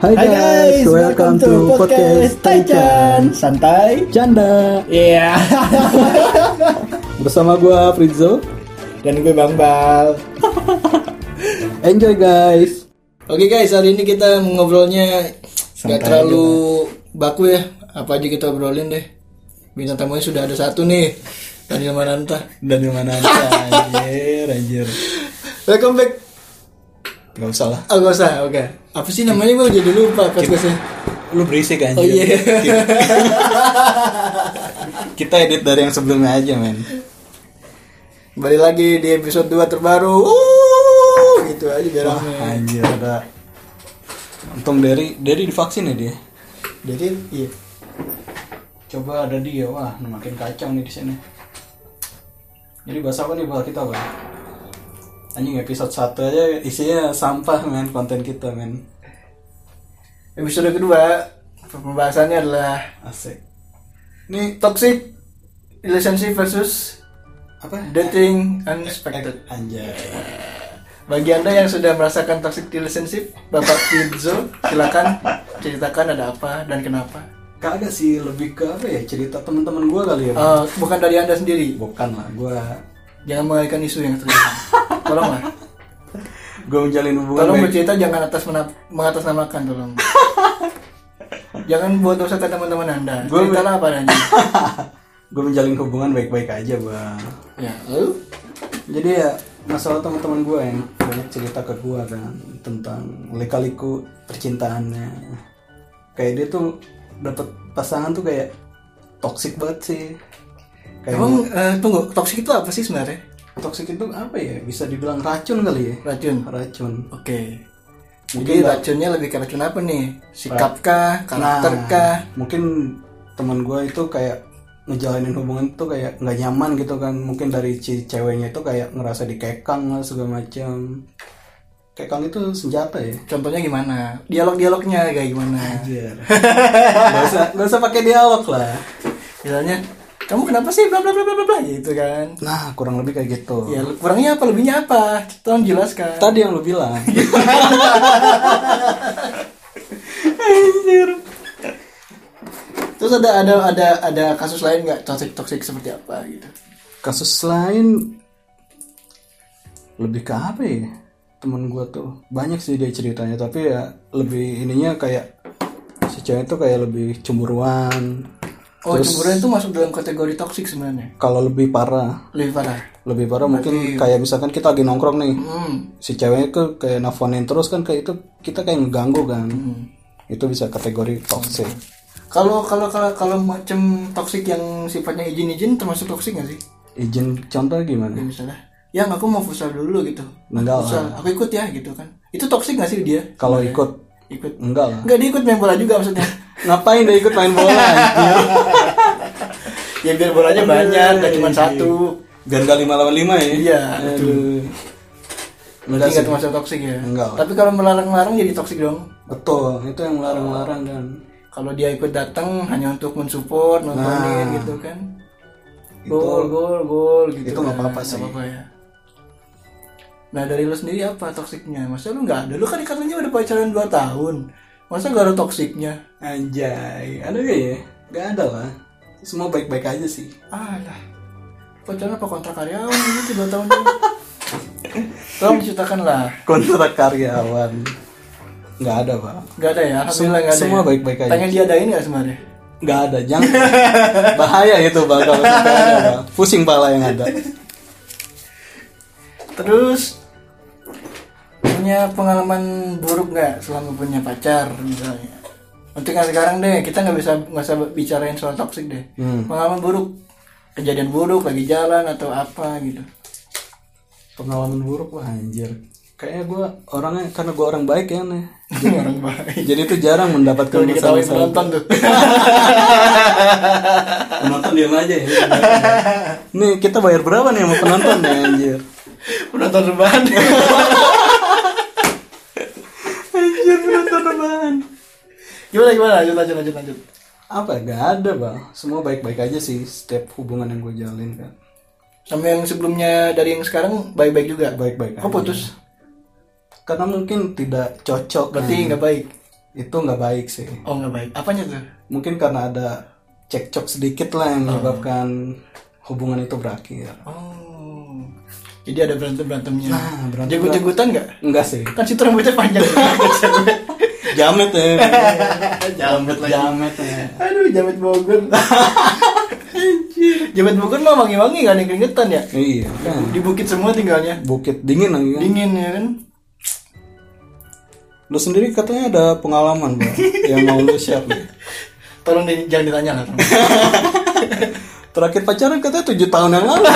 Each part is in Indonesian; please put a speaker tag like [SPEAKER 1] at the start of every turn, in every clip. [SPEAKER 1] Hai guys, welcome to podcast Taichan
[SPEAKER 2] Santai
[SPEAKER 1] Canda
[SPEAKER 2] Iya
[SPEAKER 1] Bersama gua Fritzo
[SPEAKER 2] Dan gue Bang Bal
[SPEAKER 1] Enjoy guys
[SPEAKER 2] Oke guys, hari ini kita ngobrolnya
[SPEAKER 1] Santai
[SPEAKER 2] nggak terlalu baku ya Apa aja kita obrolin deh Bintang tamunya sudah ada satu nih Daniel Mananta
[SPEAKER 1] Dan mana anjir, anjir
[SPEAKER 2] Welcome back
[SPEAKER 1] Gak usah lah
[SPEAKER 2] Oh gak usah, oke Apa sih namanya gue jadi lupa podcastnya
[SPEAKER 1] Lu berisik anjir
[SPEAKER 2] Oh iya
[SPEAKER 1] Kita edit dari yang sebelumnya aja men
[SPEAKER 2] Kembali lagi di episode 2 terbaru Wuh, Gitu aja biar rame
[SPEAKER 1] Anjir ada Untung dari dari divaksin ya dia
[SPEAKER 2] Jadi iya
[SPEAKER 1] Coba ada dia, wah makin kacau nih di sini. Jadi bahasa apa nih bahas kita bang? Anjing episode 1 aja isinya sampah men konten kita men
[SPEAKER 2] Episode kedua Pembahasannya adalah
[SPEAKER 1] Asik
[SPEAKER 2] Ini toxic relationship versus
[SPEAKER 1] Apa?
[SPEAKER 2] dating unexpected.
[SPEAKER 1] Anjay
[SPEAKER 2] Bagi anda yang sudah merasakan toxic relationship, Bapak Pizzo, silakan ceritakan ada apa dan kenapa.
[SPEAKER 1] Kagak sih lebih ke apa ya cerita teman-teman gue kali ya Bang?
[SPEAKER 2] Eh, bukan dari anda sendiri,
[SPEAKER 1] Bukan lah gue
[SPEAKER 2] jangan mengalihkan isu yang terjadi. Tolonglah,
[SPEAKER 1] Gue menjalin hubungan
[SPEAKER 2] tolong
[SPEAKER 1] baik.
[SPEAKER 2] bercerita jangan atas mena- mengatasnamakan, tolong. jangan buat dosa ke teman-teman anda.
[SPEAKER 1] Gua-
[SPEAKER 2] Ceritalah apa adanya.
[SPEAKER 1] Gue menjalin hubungan baik-baik aja bang
[SPEAKER 2] ya, lalu?
[SPEAKER 1] Jadi ya masalah teman-teman gue yang banyak cerita ke gue kan tentang lika-liku percintaannya. Kayak dia tuh dapat pasangan tuh kayak toxic banget sih. Kayak
[SPEAKER 2] Emang eh, tunggu, toxic itu apa sih sebenarnya?
[SPEAKER 1] toxic itu apa ya? Bisa dibilang racun kali ya?
[SPEAKER 2] Racun.
[SPEAKER 1] Racun.
[SPEAKER 2] Oke.
[SPEAKER 1] Mungkin
[SPEAKER 2] Jadi
[SPEAKER 1] nggak-
[SPEAKER 2] racunnya lebih ke racun apa nih? Sikap kah? Karakter
[SPEAKER 1] Nah,
[SPEAKER 2] kah?
[SPEAKER 1] Mungkin teman gue itu kayak ngejalanin hubungan tuh kayak nggak nyaman gitu kan mungkin dari si ceweknya itu kayak ngerasa dikekang lah segala macam kekang itu senjata ya
[SPEAKER 2] Contohnya gimana? Dialog-dialognya kayak gimana?
[SPEAKER 1] Anjir. gak usah, gak usah pakai dialog lah.
[SPEAKER 2] Misalnya, kamu kenapa sih bla bla bla bla bla bla gitu kan?
[SPEAKER 1] Nah, kurang lebih kayak gitu.
[SPEAKER 2] Ya kurangnya apa lebihnya apa? Tolong jelaskan.
[SPEAKER 1] Tadi yang lu bilang.
[SPEAKER 2] Terus ada ada ada ada kasus lain nggak toxic toxic seperti apa gitu?
[SPEAKER 1] Kasus lain lebih ke apa ya? Temen gua tuh banyak sih dia ceritanya, tapi ya lebih ininya kayak si cewek tuh kayak lebih cemburuan.
[SPEAKER 2] Oh, cemburuan itu masuk dalam kategori toxic sebenarnya.
[SPEAKER 1] Kalau lebih parah,
[SPEAKER 2] Lebih parah.
[SPEAKER 1] lebih parah mungkin kayak misalkan kita lagi nongkrong nih,
[SPEAKER 2] Hmm.
[SPEAKER 1] si ceweknya tuh kayak nelfonin terus kan kayak itu kita kayak ngeganggu kan.
[SPEAKER 2] hmm.
[SPEAKER 1] Itu bisa kategori toxic.
[SPEAKER 2] Kalau kalau kalau kalau macam toxic yang sifatnya izin-izin termasuk toxic nggak sih?
[SPEAKER 1] Izin contoh gimana?
[SPEAKER 2] Ya, misalnya, yang aku mau futsal dulu gitu.
[SPEAKER 1] Enggak lah.
[SPEAKER 2] Futsal, aku ikut ya gitu kan. Itu toxic nggak sih dia?
[SPEAKER 1] Kalau ikut
[SPEAKER 2] Ikut.
[SPEAKER 1] enggak lah.
[SPEAKER 2] Enggak diikut main bola juga maksudnya.
[SPEAKER 1] Ngapain dia ikut main bola? anjir?
[SPEAKER 2] ya biar bolanya banyak, nggak cuma satu.
[SPEAKER 1] Biar enggak lima lawan lima ya.
[SPEAKER 2] Iya,
[SPEAKER 1] Aduh.
[SPEAKER 2] Berarti
[SPEAKER 1] Enggak sih.
[SPEAKER 2] nggak termasuk toksik ya.
[SPEAKER 1] Enggak lah.
[SPEAKER 2] Tapi kalau melarang-larang jadi toksik dong.
[SPEAKER 1] Betul, itu yang larang-larang kan.
[SPEAKER 2] Kalau dia ikut datang hanya untuk mensupport, nontonin
[SPEAKER 1] Nah.
[SPEAKER 2] gitu kan.
[SPEAKER 1] Itu-
[SPEAKER 2] Gol, gol, gol gitu.
[SPEAKER 1] itu nggak
[SPEAKER 2] kan.
[SPEAKER 1] apa-apa sih.
[SPEAKER 2] apa-apa ya. Nah dari lu sendiri apa toksiknya? Masa lu nggak ada? Lu kan katanya udah pacaran 2 tahun. Masa nggak ada toksiknya?
[SPEAKER 1] Anjay, ada gak ya? Gak ada lah. Semua baik-baik aja sih.
[SPEAKER 2] Alah. Pacaran apa kontrak karyawan gitu 2 tahun dulu. Tolong diceritakan lah.
[SPEAKER 1] Kontrak karyawan. Gak ada, Pak.
[SPEAKER 2] Gak ada ya, alhamdulillah gak ada.
[SPEAKER 1] semua
[SPEAKER 2] ya.
[SPEAKER 1] baik-baik aja.
[SPEAKER 2] Pengen diadain gak sebenarnya?
[SPEAKER 1] Gak ada, jangan. Bahaya itu, Pak, kalau sampai ada, Pak. Pusing pala yang ada.
[SPEAKER 2] Terus punya pengalaman buruk nggak selama punya pacar misalnya? Untuk yang sekarang deh, kita nggak bisa nggak usah bicarain soal toksik deh.
[SPEAKER 1] Hmm.
[SPEAKER 2] Pengalaman buruk, kejadian buruk lagi jalan atau apa gitu.
[SPEAKER 1] Pengalaman buruk, wah anjir. Kayaknya gue orangnya, karena gue orang baik ya, nih.
[SPEAKER 2] Orang baik.
[SPEAKER 1] Jadi itu jarang mendapatkan
[SPEAKER 2] Kalau diketahui
[SPEAKER 1] masalah-masalah.
[SPEAKER 2] penonton tuh.
[SPEAKER 1] Penonton diam aja ya. Nih kita bayar berapa nih sama penonton ya anjir.
[SPEAKER 2] penonton rebahan.
[SPEAKER 1] Anjir penonton apaan?
[SPEAKER 2] gimana gimana? Lanjut lanjut lanjut lanjut.
[SPEAKER 1] Apa gak ada bang? Semua baik-baik aja sih setiap hubungan yang gue jalin kan.
[SPEAKER 2] Sama yang sebelumnya dari yang sekarang baik-baik juga.
[SPEAKER 1] Baik-baik aja.
[SPEAKER 2] Kok putus?
[SPEAKER 1] Karena mungkin tidak cocok. nah,
[SPEAKER 2] Berarti nggak baik.
[SPEAKER 1] itu nggak baik sih
[SPEAKER 2] Oh nggak baik. Apanya tuh?
[SPEAKER 1] mungkin karena ada cekcok sedikit lah yang menyebabkan hubungan itu berakhir
[SPEAKER 2] Oh. Jadi ada berantem berantemnya.
[SPEAKER 1] Nah, berantem-
[SPEAKER 2] Jagut jagutan nggak?
[SPEAKER 1] enggak sih
[SPEAKER 2] Kan situ rambutnya panjang.
[SPEAKER 1] jamet ya
[SPEAKER 2] jamet
[SPEAKER 1] jamet ya
[SPEAKER 2] Aduh jamet Bogor. jamet Bogor mah wangi-wangi kan yang keringetan ya.
[SPEAKER 1] iya kan.
[SPEAKER 2] Di bukit semua tinggalnya.
[SPEAKER 1] bukit dingin lagi kan
[SPEAKER 2] Dingin ya kan.
[SPEAKER 1] lu sendiri katanya ada pengalaman bro yang mau lu share nih.
[SPEAKER 2] Tolong di- jangan ditanya lah.
[SPEAKER 1] terakhir pacaran katanya tujuh tahun yang lalu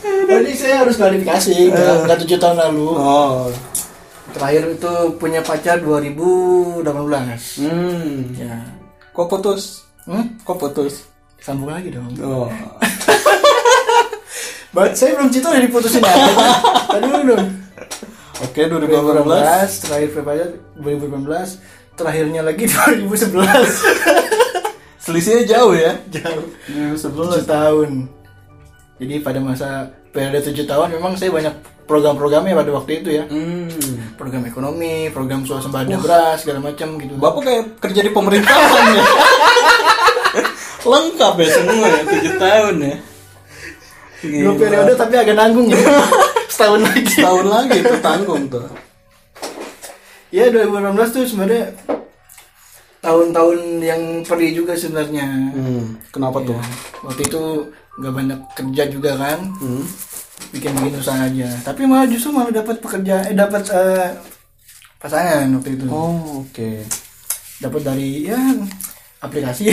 [SPEAKER 2] Tadi saya harus klarifikasi, nggak Iya, nggak tujuh tahun lalu.
[SPEAKER 1] oh
[SPEAKER 2] Terakhir itu punya pacar 2018.
[SPEAKER 1] hmm
[SPEAKER 2] Ya.
[SPEAKER 1] kok putus
[SPEAKER 2] Hmm?
[SPEAKER 1] kok putus
[SPEAKER 2] Sambung lagi dong.
[SPEAKER 1] oh
[SPEAKER 2] But saya belum cerita udah diputusin aja. Tadi dulu dong.
[SPEAKER 1] oke 2018
[SPEAKER 2] 2018, terakhir Prepaya 2018, terakhirnya lagi 2011.
[SPEAKER 1] selisihnya jauh ya
[SPEAKER 2] Jauh. 7
[SPEAKER 1] 2011
[SPEAKER 2] tahun. Jadi pada masa periode 7 tahun memang saya banyak program-programnya pada waktu itu ya.
[SPEAKER 1] hmm
[SPEAKER 2] Program ekonomi, program swasembada beras, segala macam gitu.
[SPEAKER 1] bapak kayak kerja di pemerintahan ya lengkap ya semua ya tujuh tahun ya
[SPEAKER 2] Dua periode tapi agak nanggung ya. Setahun lagi.
[SPEAKER 1] tahun lagi itu tanggung tuh
[SPEAKER 2] Ya 2018 tuh sebenarnya tahun-tahun yang perih juga sebenarnya.
[SPEAKER 1] hmm kenapa tuh
[SPEAKER 2] Iya. Waktu itu nggak banyak kerja juga kan,
[SPEAKER 1] hmm
[SPEAKER 2] bikin-bikin usaha aja. Tapi malah justru malah dapat pekerja, eh dapat eh, pasangan waktu itu.
[SPEAKER 1] oh oke
[SPEAKER 2] Dapat dari ya aplikasi.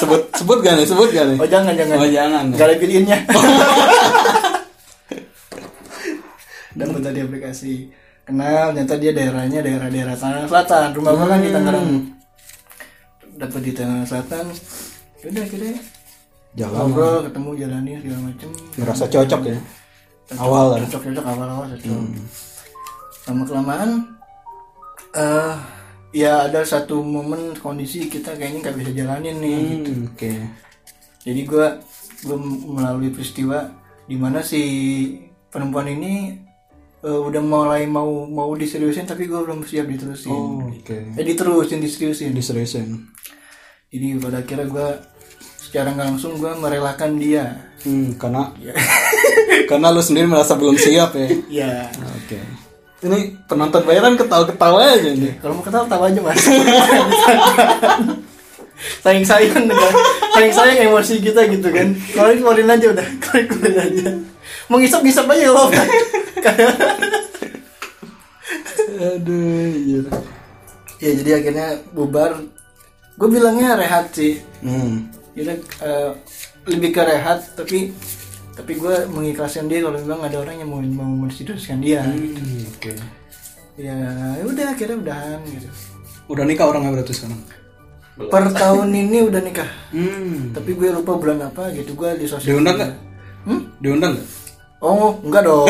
[SPEAKER 1] sebut sebut gak nih sebut gak nih
[SPEAKER 2] oh jangan jangan.
[SPEAKER 1] Oh, jangan.
[SPEAKER 2] Gak ada pilihannya. dapat dari aplikasi. Kenal, ternyata dia daerahnya daerah-daerah Tangerang Selatan, rumah gua
[SPEAKER 1] Hmm.
[SPEAKER 2] kan di Tangerang. Dapat di Tangerang Selatan. Ya Udah akhirnya
[SPEAKER 1] jalan
[SPEAKER 2] ngobrol, ketemu jalanin segala macem.
[SPEAKER 1] ngerasa cocok ya awal lah Hmm.
[SPEAKER 2] cocok cocok awal awal cocok lama kelamaan eh ya ada satu momen kondisi kita kayaknya nggak bisa jalanin nih
[SPEAKER 1] hmm, oke
[SPEAKER 2] jadi gua gua melalui peristiwa di mana si perempuan ini eh, udah mulai mau mau diseriusin tapi gua belum siap diterusin
[SPEAKER 1] Oh, oke
[SPEAKER 2] eh diterusin diseriusin
[SPEAKER 1] diseriusin
[SPEAKER 2] jadi pada akhirnya gua secara nggak langsung gua merelakan dia
[SPEAKER 1] hmm karena karena lu sendiri merasa belum siap ya
[SPEAKER 2] ya
[SPEAKER 1] Oke. Ini penonton bayaran ketawa-ketawa aja nih.
[SPEAKER 2] Kalau mau ketawa ketawa aja mas. sayang sayang dengan sayang sayang emosi kita gitu kan. Keluarin keluarin aja udah, keluarin keluarin aja. Mau ngisap ngisap aja loh.
[SPEAKER 1] Aduh, iya.
[SPEAKER 2] ya jadi akhirnya bubar. Gue bilangnya rehat sih.
[SPEAKER 1] Hmm.
[SPEAKER 2] Jadi eh, lebih ke rehat tapi tapi gue mengikhlaskan dia kalau memang ada orang yang mau mau mensiduskan dia.
[SPEAKER 1] Hmm. Oke.
[SPEAKER 2] Ya udah akhirnya udahan gitu.
[SPEAKER 1] Udah nikah orangnya berarti sekarang?
[SPEAKER 2] Per tahun ini udah nikah.
[SPEAKER 1] Hmm.
[SPEAKER 2] Tapi gue lupa bulan apa gitu gue di sosial.
[SPEAKER 1] Diundang nggak?
[SPEAKER 2] Hmm?
[SPEAKER 1] Diundang nggak?
[SPEAKER 2] Oh, enggak dong.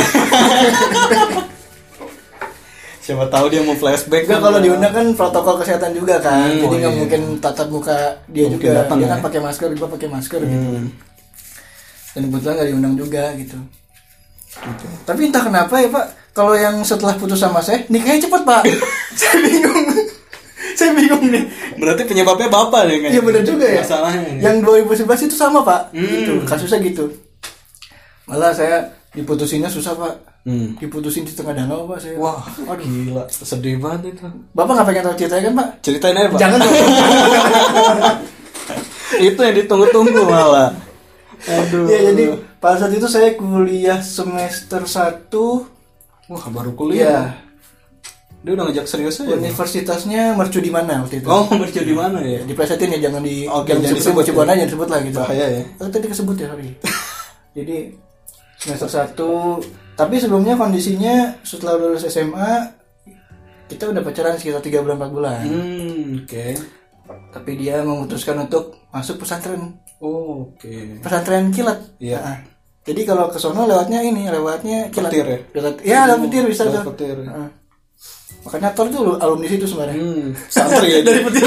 [SPEAKER 1] Siapa tahu dia mau flashback.
[SPEAKER 2] Enggak kalau diundang kan protokol kesehatan juga kan.
[SPEAKER 1] Hmm,
[SPEAKER 2] Jadi
[SPEAKER 1] oh
[SPEAKER 2] nggak
[SPEAKER 1] iya.
[SPEAKER 2] mungkin tatap muka dia
[SPEAKER 1] Mungkin
[SPEAKER 2] juga.
[SPEAKER 1] datang
[SPEAKER 2] dia
[SPEAKER 1] ya.
[SPEAKER 2] kan pakai masker, gua pakai masker gitu.
[SPEAKER 1] Hmm.
[SPEAKER 2] Dan kebetulan nggak diundang juga gitu.
[SPEAKER 1] Oke.
[SPEAKER 2] Tapi entah kenapa ya, Pak, kalau yang setelah putus sama saya, nikahnya cepet, Pak. saya bingung. saya bingung nih.
[SPEAKER 1] Berarti penyebabnya bapak nih kan?
[SPEAKER 2] Iya benar juga ya.
[SPEAKER 1] Masalahnya. Hmm. Ya.
[SPEAKER 2] Yang 2011 itu sama, Pak. Gitu, kasusnya gitu. Malah saya diputusinnya susah, Pak.
[SPEAKER 1] Hmm.
[SPEAKER 2] Diputusin di tengah danau, Pak, saya.
[SPEAKER 1] Wah,
[SPEAKER 2] Aduh.
[SPEAKER 1] gila, sedih banget itu.
[SPEAKER 2] Bapak nggak pengen tahu ceritanya kan, Pak?
[SPEAKER 1] Ceritain aja, Pak.
[SPEAKER 2] Jangan dong.
[SPEAKER 1] itu yang ditunggu-tunggu malah. Aduh.
[SPEAKER 2] Ya jadi pada saat itu saya kuliah semester 1
[SPEAKER 1] Wah, baru
[SPEAKER 2] ya
[SPEAKER 1] kuliah. Dia udah ngajak serius aja. Bang.
[SPEAKER 2] universitasnya mercu di mana waktu itu?
[SPEAKER 1] Oh, kerja di mana ya?
[SPEAKER 2] Diplesetin ya jangan di
[SPEAKER 1] Oke, jangan
[SPEAKER 2] jangan disebut
[SPEAKER 1] disebut
[SPEAKER 2] coba
[SPEAKER 1] ya.
[SPEAKER 2] aja jangan disebut lah gitu.
[SPEAKER 1] Bahaya ya.
[SPEAKER 2] Oh, tadi kesebut ya sorry. jadi semester 1 tapi sebelumnya kondisinya setelah lulus SMA kita udah pacaran sekitar 3 bulan 4 bulan.
[SPEAKER 1] Hmm, oke.
[SPEAKER 2] Tapi dia memutuskan untuk masuk pesantren
[SPEAKER 1] Oh, oke.
[SPEAKER 2] pesantren kilat.
[SPEAKER 1] Iya.
[SPEAKER 2] Nah, Jadi kalau ke sono lewatnya ini, lewatnya kilat.
[SPEAKER 1] Petir ya?
[SPEAKER 2] Lewat- ya, lewat petir bisa
[SPEAKER 1] lewat
[SPEAKER 2] tuh.
[SPEAKER 1] petir.
[SPEAKER 2] Heeh. Makanya Thor tuh alumni situ sebenarnya.
[SPEAKER 1] Hmm, santri ya. Dari petir.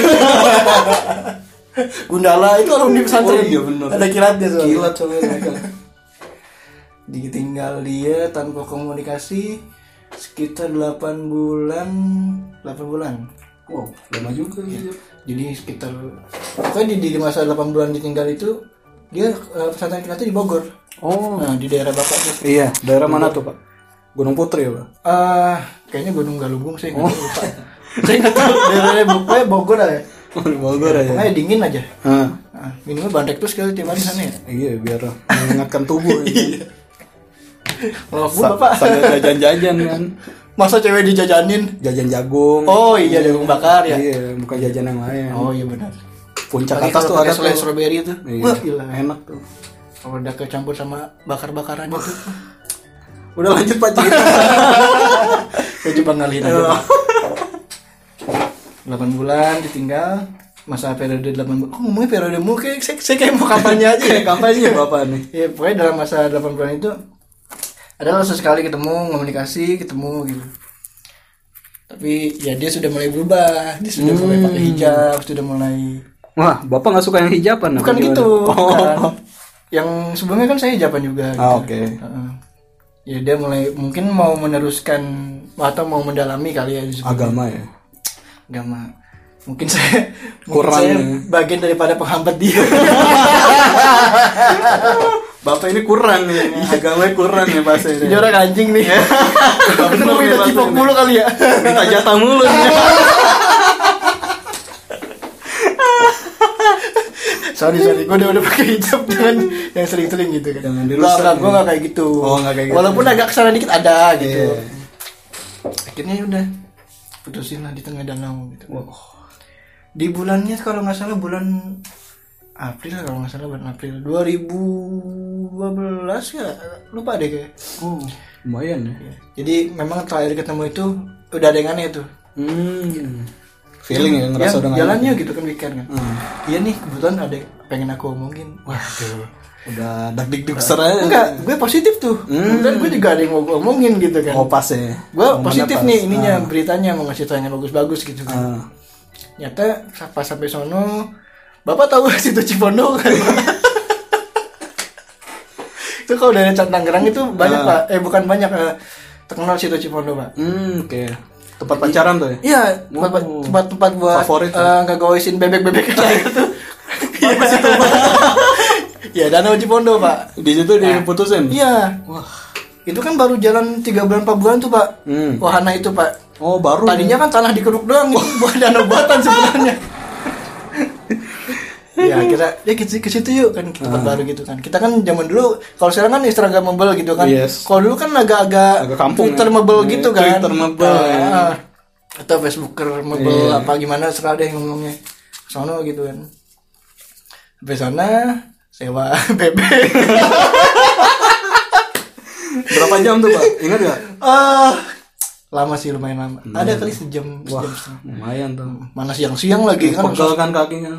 [SPEAKER 2] Gundala itu alumni pesantren.
[SPEAKER 1] Oh, iya, bener.
[SPEAKER 2] Ada kilatnya soalnya.
[SPEAKER 1] Gila coba mereka.
[SPEAKER 2] Ditinggal dia tanpa komunikasi. sekitar 8 bulan 8 bulan
[SPEAKER 1] wow lama juga gitu.
[SPEAKER 2] jadi sekitar pokoknya di, di masa 8 bulan ditinggal itu dia eh, pesantren kilatnya di Bogor
[SPEAKER 1] oh
[SPEAKER 2] nah di daerah bapaknya
[SPEAKER 1] iya daerah mana tuh pak Gunung Putri ya pak
[SPEAKER 2] Ah, kayaknya Gunung Galunggung saya
[SPEAKER 1] Oh.
[SPEAKER 2] nggak tahu, lupa saya nggak tahu daerahnya pokoknya Bogor lah
[SPEAKER 1] Iya.
[SPEAKER 2] ya
[SPEAKER 1] Bogor ya
[SPEAKER 2] pokoknya dingin aja
[SPEAKER 1] Hah.
[SPEAKER 2] nah, minimal bandrek terus kali tiap hari sana ya
[SPEAKER 1] iya biar mengingatkan tubuh ya.
[SPEAKER 2] Walaupun
[SPEAKER 1] Sa-
[SPEAKER 2] bapak
[SPEAKER 1] sambil jajan-jajan kan
[SPEAKER 2] masa cewek dijajanin
[SPEAKER 1] jajan jagung
[SPEAKER 2] oh iya jagung bakar ya
[SPEAKER 1] iya bukan jajan yang lain
[SPEAKER 2] oh iya benar
[SPEAKER 1] puncak
[SPEAKER 2] Apalagi
[SPEAKER 1] atas
[SPEAKER 2] kalau
[SPEAKER 1] tuh
[SPEAKER 2] pakai
[SPEAKER 1] ada
[SPEAKER 2] selai
[SPEAKER 1] tuh
[SPEAKER 2] strawberry itu
[SPEAKER 1] Iya,
[SPEAKER 2] wah gila
[SPEAKER 1] enak tuh
[SPEAKER 2] kalau udah kecampur sama bakar bakaran itu
[SPEAKER 1] udah lanjut pak cerita
[SPEAKER 2] saya coba ngalihin aja Pak. 8 Oh. bulan ditinggal masa periode 8 bulan kok ngomongnya periode mulu kayak saya, saya kayak mau kampanye aja ya
[SPEAKER 1] kampanye bapak nih
[SPEAKER 2] ya pokoknya dalam masa 8 bulan itu adalah sesekali ketemu komunikasi ketemu gitu tapi ya dia sudah mulai berubah dia sudah
[SPEAKER 1] Hmm.
[SPEAKER 2] mulai pakai hijab sudah mulai
[SPEAKER 1] wah bapak nggak suka yang hijaban apa
[SPEAKER 2] bukan
[SPEAKER 1] gimana?
[SPEAKER 2] gitu
[SPEAKER 1] oh,
[SPEAKER 2] bukan. yang sebelumnya kan saya japan juga gitu.
[SPEAKER 1] Ah, oke.
[SPEAKER 2] Heeh. ya dia mulai mungkin mau meneruskan atau mau mendalami kali ya disebut
[SPEAKER 1] agama ya
[SPEAKER 2] agama mungkin saya mungkin
[SPEAKER 1] Kurang
[SPEAKER 2] saya
[SPEAKER 1] ya.
[SPEAKER 2] bagian daripada penghambat dia
[SPEAKER 1] bapak ini kurang ya agamanya kurang ya pak saya
[SPEAKER 2] jadi orang anjing nih
[SPEAKER 1] Bener
[SPEAKER 2] Kenapa
[SPEAKER 1] nih,
[SPEAKER 2] kita
[SPEAKER 1] Pak,
[SPEAKER 2] cipok
[SPEAKER 1] ini.
[SPEAKER 2] mulu kali ya
[SPEAKER 1] minta jatah mulu nih.
[SPEAKER 2] sorry sorry gue udah udah pakai hijab dengan yang sering-sering gitu kan
[SPEAKER 1] Jangan
[SPEAKER 2] nggak
[SPEAKER 1] dirusak,
[SPEAKER 2] nggak gue
[SPEAKER 1] ya.
[SPEAKER 2] nggak kayak gitu
[SPEAKER 1] Oh, nggak kayak gitu.
[SPEAKER 2] walaupun agak kesana dikit ada gitu
[SPEAKER 1] Iya.
[SPEAKER 2] akhirnya ya udah putusin lah di tengah danau gitu di bulannya kalau nggak salah bulan April kalau nggak salah bulan April 2012 ya lupa deh kayak
[SPEAKER 1] oh lumayan ya
[SPEAKER 2] jadi memang terakhir ketemu itu udah ada yang aneh tuh
[SPEAKER 1] hmm feeling ya ngerasa
[SPEAKER 2] Ya,
[SPEAKER 1] udah nggak-
[SPEAKER 2] jalannya gitu kan weekend kan
[SPEAKER 1] Hmm.
[SPEAKER 2] iya nih kebetulan ada yang pengen aku omongin waduh
[SPEAKER 1] udah dak dik dik seraya
[SPEAKER 2] enggak gue positif tuh kebetulan gue juga ada yang mau gue omongin gitu kan
[SPEAKER 1] Hmm. oh pas ya
[SPEAKER 2] gue
[SPEAKER 1] Momen
[SPEAKER 2] positif
[SPEAKER 1] apa?
[SPEAKER 2] nih ininya beritanya mau ngasih tanya bagus-bagus gitu kan
[SPEAKER 1] Ah.
[SPEAKER 2] nyata pas sampai sono bapak tahu situ Cipondo kan itu kalau dari Cat Tangerang itu
[SPEAKER 1] Ah.
[SPEAKER 2] banyak pak eh bukan banyak eh, terkenal situ Cipondo pak
[SPEAKER 1] Hmm, oke. Tempat pacaran tuh ya?
[SPEAKER 2] iya tempat
[SPEAKER 1] Oh.
[SPEAKER 2] tempat tempat buat
[SPEAKER 1] Favorit, Iya. ya?
[SPEAKER 2] eh, ngegawesin bebek-bebek kayak gitu
[SPEAKER 1] Bagus itu, Pak.
[SPEAKER 2] ya danau Cipondo pak
[SPEAKER 1] Di situ diputusin.
[SPEAKER 2] iya
[SPEAKER 1] Wah.
[SPEAKER 2] itu kan baru jalan 3 bulan 4 bulan tuh pak
[SPEAKER 1] Hmm.
[SPEAKER 2] wahana itu pak
[SPEAKER 1] Oh, baru.
[SPEAKER 2] Tadinya kan tanah dikeruk doang gitu, buat danau buatan sebenarnya. ya kita ya ke, ke situ yuk kan kita
[SPEAKER 1] Ah.
[SPEAKER 2] baru gitu kan kita kan zaman dulu kalau sekarang kan instagramable gitu kan
[SPEAKER 1] Yes.
[SPEAKER 2] kalau dulu kan agak-agag
[SPEAKER 1] Agak kampung ya.
[SPEAKER 2] Twittermable
[SPEAKER 1] Iya,
[SPEAKER 2] gitu kan
[SPEAKER 1] Twittermable,
[SPEAKER 2] Ah,
[SPEAKER 1] ya. Iya.
[SPEAKER 2] ah. atau facebookermable apa gimana serah deh ngomongnya sono gitu kan sampai sana sewa bebek
[SPEAKER 1] Berapa jam tuh, Pak? Ingat gak?
[SPEAKER 2] ah lama sih lumayan lama ada kali sejam
[SPEAKER 1] Hmm. Wah,
[SPEAKER 2] sejam setengah.
[SPEAKER 1] lumayan tuh.
[SPEAKER 2] mana siang-siang lagi kan
[SPEAKER 1] Pegel kan kakinya.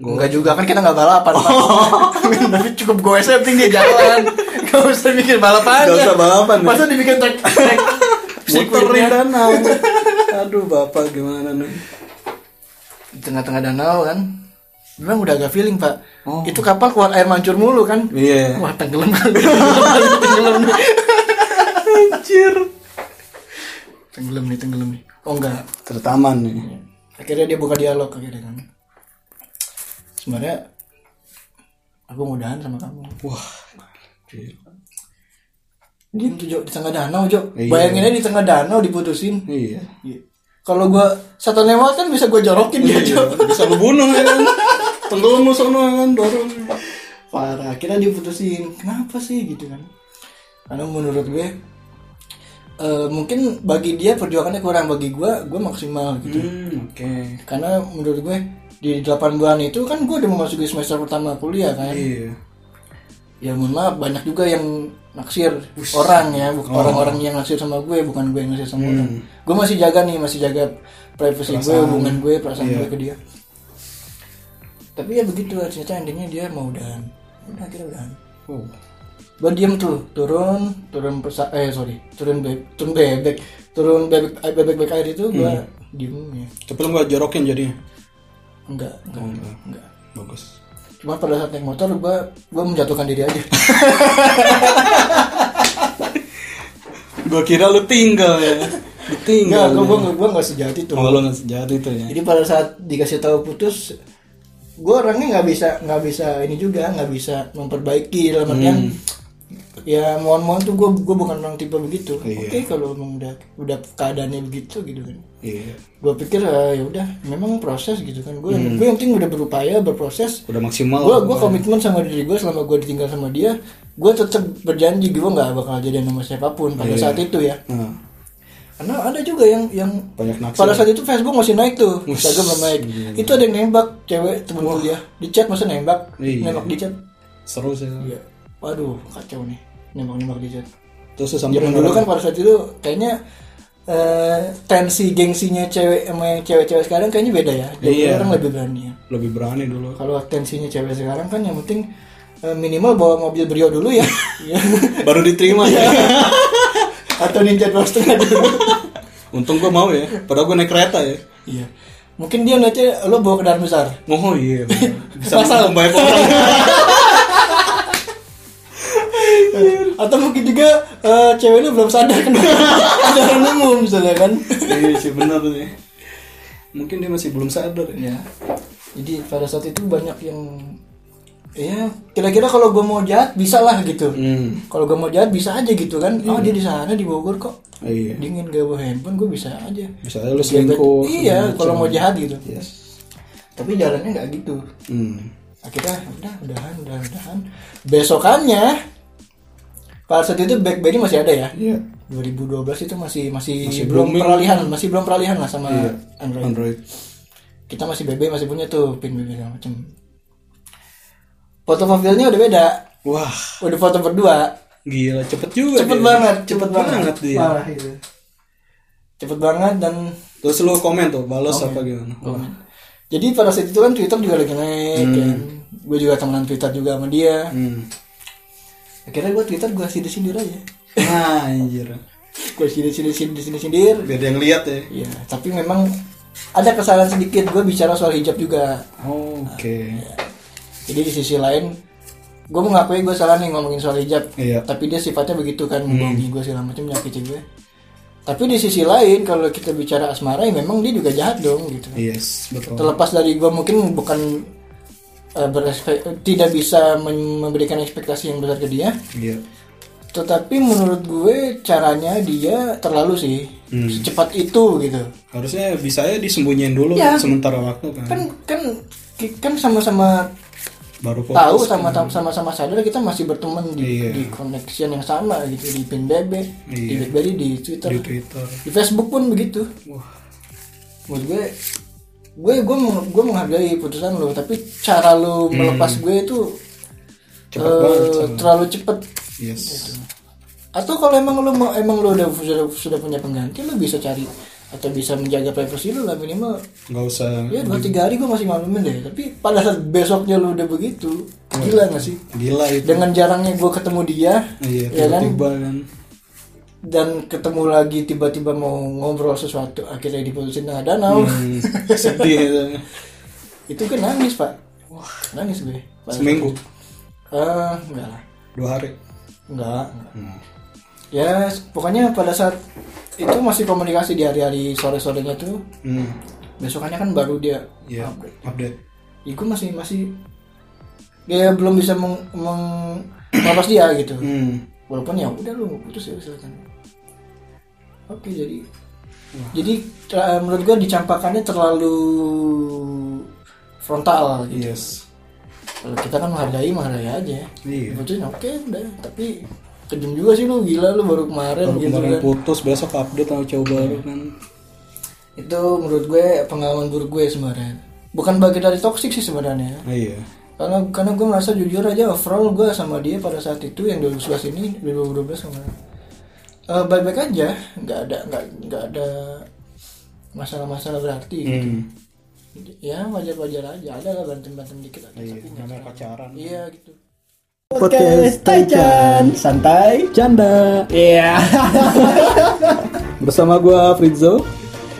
[SPEAKER 2] Enggak juga kan kita nggak balapan.
[SPEAKER 1] Oh.
[SPEAKER 2] Pak. Tapi cukup gue yang penting dia jalan. Gak usah bikin balapan.
[SPEAKER 1] Nggak usah balapan, ya.
[SPEAKER 2] Masa dibikin trek trek
[SPEAKER 1] Muterin
[SPEAKER 2] sirkuitnya.
[SPEAKER 1] danau. Aduh, Bapak gimana nih?
[SPEAKER 2] di tengah-tengah danau kan. Memang udah agak feeling pak.
[SPEAKER 1] Oh.
[SPEAKER 2] Itu kapal keluar air mancur mulu kan.
[SPEAKER 1] Iya.
[SPEAKER 2] Wah tenggelam kali. tenggelam nih.
[SPEAKER 1] Anjir.
[SPEAKER 2] Tenggelam nih tenggelam nih. Oh enggak.
[SPEAKER 1] Tertaman nih.
[SPEAKER 2] akhirnya dia buka dialog akhirnya kan sebenarnya aku mudahan sama kamu
[SPEAKER 1] Wah.
[SPEAKER 2] diem tuh Jok, gitu, di tengah danau Jok
[SPEAKER 1] Iya.
[SPEAKER 2] bayangin aja di tengah danau diputusin
[SPEAKER 1] Iya.
[SPEAKER 2] kalau gua satu lewat kan bisa gua jorokin dia
[SPEAKER 1] Iya,
[SPEAKER 2] Jok
[SPEAKER 1] bisa lu bunuh ya kan. Tenggelam lu sono kan, dorong.
[SPEAKER 2] parah akhirnya diputusin kenapa sih gitu kan karena menurut gue eh, mungkin bagi dia perjuangannya kurang bagi gua gua maksimal gitu
[SPEAKER 1] Hmm, oke.
[SPEAKER 2] karena menurut gue di 8 bulan itu kan gua udah memasuki semester pertama kuliah kan
[SPEAKER 1] Iya.
[SPEAKER 2] ya mohon maaf banyak juga yang naksir orang ya bukan orang-orang yang naksir sama gue bukan gue yang naksir sama orang gue masih jaga nih masih jaga privasi gue hubungan gue Hmm. perasaan Iya. gue ke dia tapi ya begitu ternyata endingnya dia mau udahan udah kita udahan
[SPEAKER 1] Oh.
[SPEAKER 2] gue diem tuh turun turun persa eh sorry turun be turun bebek turun bebek eh, bebek bebek air itu gue diem ya
[SPEAKER 1] Tapi lu gak jorokin jadinya?
[SPEAKER 2] enggak Oh, enggak enggak
[SPEAKER 1] Bagus.
[SPEAKER 2] cuma pada saat naik motor gue gue menjatuhkan diri aja
[SPEAKER 1] Gua kira lu tinggal ya.
[SPEAKER 2] Enggak,
[SPEAKER 1] Ditinggal.
[SPEAKER 2] gue
[SPEAKER 1] ya.
[SPEAKER 2] gue gue nggak sejahat itu.
[SPEAKER 1] Oh, lu nggak sejahat itu ya.
[SPEAKER 2] Jadi pada saat dikasih tahu putus, gue orangnya nggak bisa nggak bisa ini juga nggak bisa memperbaiki dalam artian ya mohon mohon tuh gue gue bukan orang tipe begitu.
[SPEAKER 1] Iya.
[SPEAKER 2] Oke kalau emang udah udah keadaannya begitu gitu kan.
[SPEAKER 1] Iya.
[SPEAKER 2] Gue pikir eh, ya udah memang proses gitu kan. Gue gue yang penting udah berupaya berproses.
[SPEAKER 1] Udah maksimal.
[SPEAKER 2] Gue gue komitmen sama diri gue selama gue ditinggal sama dia, gue tetap berjanji gue nggak bakal jadian sama siapapun pada saat itu ya.
[SPEAKER 1] Nah,
[SPEAKER 2] Karena ada juga yang yang
[SPEAKER 1] banyak naksir.
[SPEAKER 2] pada saat itu Facebook masih naik tuh,
[SPEAKER 1] Ush,
[SPEAKER 2] Instagram belum naik.
[SPEAKER 1] ya. gila.
[SPEAKER 2] Itu ada yang nembak cewek temen kuliah, di chat masa nembak,
[SPEAKER 1] Iya.
[SPEAKER 2] nembak di chat.
[SPEAKER 1] Seru sih.
[SPEAKER 2] Iya. Waduh, kacau nih, nembak nembak di chat.
[SPEAKER 1] Terus ya, sampai
[SPEAKER 2] Zaman dulu kan pada saat itu kayaknya eh, tensi gengsinya cewek sama yang cewek-cewek sekarang kayaknya beda ya. Jadi
[SPEAKER 1] Iya.
[SPEAKER 2] orang lebih berani ya.
[SPEAKER 1] lebih berani dulu.
[SPEAKER 2] Kalau tensinya cewek sekarang kan yang penting eh, minimal bawa mobil Brio dulu ya. Iya.
[SPEAKER 1] Baru diterima ya.
[SPEAKER 2] Atau Ninja 2,5 dulu.
[SPEAKER 1] Untung gua mau ya. Padahal gua naik kereta ya.
[SPEAKER 2] Iya. Mungkin dia ngeliatnya lo bawa kendaraan besar.
[SPEAKER 1] Oh iya. bener. Bisa
[SPEAKER 2] Pasal.
[SPEAKER 1] Pasal. banyak orang.
[SPEAKER 2] Atau mungkin juga eh, cewek lu belum sadar kendaraan umum misalnya kan.
[SPEAKER 1] Iya sih benar sih. Mungkin dia masih belum sadar ya.
[SPEAKER 2] Ya. Jadi pada saat itu banyak yang ya kira-kira kalau gue mau jahat bisa lah gitu.
[SPEAKER 1] Hmm.
[SPEAKER 2] Kalau gue mau jahat bisa aja gitu kan. Oh dia di sana di Bogor kok.
[SPEAKER 1] Iya.
[SPEAKER 2] Dingin gak bawa handphone gue bisa aja.
[SPEAKER 1] Bisa aja lu selingkuh. Iya.
[SPEAKER 2] Iya
[SPEAKER 1] segala
[SPEAKER 2] kalau
[SPEAKER 1] macam.
[SPEAKER 2] mau jahat gitu.
[SPEAKER 1] Yes.
[SPEAKER 2] Tapi jalannya nggak gitu.
[SPEAKER 1] Hmm.
[SPEAKER 2] akhirnya udah udahan udahan udahan besokannya pada saat itu back backnya masih ada ya
[SPEAKER 1] Iya.
[SPEAKER 2] 2012 itu masih masih,
[SPEAKER 1] Masih
[SPEAKER 2] belum
[SPEAKER 1] booming.
[SPEAKER 2] peralihan masih belum peralihan lah sama
[SPEAKER 1] Iya.
[SPEAKER 2] Ah, Android.
[SPEAKER 1] Android.
[SPEAKER 2] kita masih BB masih punya tuh pin BB segala macem foto profilnya udah beda
[SPEAKER 1] Wah,
[SPEAKER 2] udah foto berdua
[SPEAKER 1] gila cepet juga.
[SPEAKER 2] cepet
[SPEAKER 1] dia.
[SPEAKER 2] banget
[SPEAKER 1] Cepet, banget. dia.
[SPEAKER 2] Parah itu. cepet banget dan
[SPEAKER 1] Terus lu komen tuh, balas apa gimana? Wah.
[SPEAKER 2] jadi pada saat itu kan Twitter juga lagi naik kan. gue juga temenan Twitter juga sama dia
[SPEAKER 1] Hmm.
[SPEAKER 2] akhirnya gue Twitter gue sindir sindir aja
[SPEAKER 1] Nah, anjir.
[SPEAKER 2] gue sindir sindir sindir sindir sindir
[SPEAKER 1] Biar dia ngeliat ya.
[SPEAKER 2] ya tapi memang ada kesalahan sedikit gue bicara soal hijab juga
[SPEAKER 1] Oke.
[SPEAKER 2] jadi di sisi lain gue mengakui gue salah nih ngomongin soal hijab
[SPEAKER 1] Iya.
[SPEAKER 2] tapi dia sifatnya begitu kan membohongi gue segala macam menyakiti gue tapi di sisi lain kalau kita bicara asmara ya memang dia juga jahat dong gitu
[SPEAKER 1] Iya. Yes, betul.
[SPEAKER 2] terlepas dari gue mungkin bukan eh, berespek- tidak bisa men- memberikan ekspektasi yang besar ke dia
[SPEAKER 1] Iya.
[SPEAKER 2] tetapi menurut gue caranya dia terlalu sih secepat itu gitu
[SPEAKER 1] Harusnya bisa ya disembunyiin dulu
[SPEAKER 2] Ya.
[SPEAKER 1] sementara waktu kan.
[SPEAKER 2] kan kan kan sama-sama
[SPEAKER 1] Baru fokus.
[SPEAKER 2] tahu sama sama sama sadar kita masih berteman di
[SPEAKER 1] gitu. Iya.
[SPEAKER 2] di connection yang sama gitu di pin BB, di
[SPEAKER 1] Iya.
[SPEAKER 2] BlackBerry, di Twitter,
[SPEAKER 1] di
[SPEAKER 2] di,
[SPEAKER 1] Twitter.
[SPEAKER 2] Facebook pun begitu.
[SPEAKER 1] Wah.
[SPEAKER 2] Menurut gue gue gue meng- gue menghargai putusan lo tapi cara lo melepas gue itu
[SPEAKER 1] Cepat
[SPEAKER 2] eh,
[SPEAKER 1] Hmm. banget.
[SPEAKER 2] terlalu cepet
[SPEAKER 1] Yes.
[SPEAKER 2] atau kalau emang lo mau emang lo udah sudah, sudah punya pengganti lo bisa cari atau bisa menjaga privasi lo lah minimal
[SPEAKER 1] Gak usah.
[SPEAKER 2] ya dua tiga hari gue masih malumin deh tapi pada saat besoknya lo udah begitu gila
[SPEAKER 1] Hmm.
[SPEAKER 2] gak sih
[SPEAKER 1] Gila itu.
[SPEAKER 2] dengan jarangnya gue ketemu dia
[SPEAKER 1] Iya,
[SPEAKER 2] ya kan
[SPEAKER 1] tiba-tiba kan.
[SPEAKER 2] dan ketemu lagi tiba-tiba mau ngobrol sesuatu akhirnya diputusin tengah danau
[SPEAKER 1] Hmm, sedih itu.
[SPEAKER 2] itu kan nangis pak wah nangis gue Pak.
[SPEAKER 1] Seminggu,
[SPEAKER 2] Ah, enggak lah
[SPEAKER 1] dua hari.
[SPEAKER 2] enggak enggak.
[SPEAKER 1] Hmm.
[SPEAKER 2] ya pokoknya pada saat itu masih komunikasi di hari-hari sore-sorenya tuh
[SPEAKER 1] Hmm.
[SPEAKER 2] besokannya kan baru dia
[SPEAKER 1] Iya.
[SPEAKER 2] update
[SPEAKER 1] Update.
[SPEAKER 2] ya, gue masih masih dia belum bisa meng, meng- melepas dia gitu
[SPEAKER 1] Hmm.
[SPEAKER 2] walaupun ya udah lu mau putus ya silakan oke jadi jadi eh, menurut gua dicampakannya terlalu frontal gitu
[SPEAKER 1] Yes.
[SPEAKER 2] kalau kita kan menghargai menghargai aja
[SPEAKER 1] Iya.
[SPEAKER 2] putusnya oke udah tapi kejam juga sih lu gila lu baru kemarin
[SPEAKER 1] Kalau
[SPEAKER 2] gitu
[SPEAKER 1] kemarin
[SPEAKER 2] kan.
[SPEAKER 1] putus, besok update sama cowok baru kan.
[SPEAKER 2] itu menurut gue pengalaman buruk gue sebenarnya bukan bagian dari toksik sih sebenarnya
[SPEAKER 1] Ah, iya.
[SPEAKER 2] karena karena gue merasa jujur aja overall gue sama dia pada saat itu yang 2011 ini 2012 sama eh baik baik aja nggak ada nggak nggak ada masalah-masalah berarti gitu.
[SPEAKER 1] Hmm.
[SPEAKER 2] ya wajar wajar aja ada lah bantem bantem dikit ada
[SPEAKER 1] Iya, namanya pacaran.
[SPEAKER 2] iya gitu
[SPEAKER 1] Podcast Taichan Santai Canda Iya Bersama gue Fritzo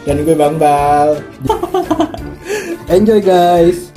[SPEAKER 2] dan gue bang bal
[SPEAKER 1] Enjoy guys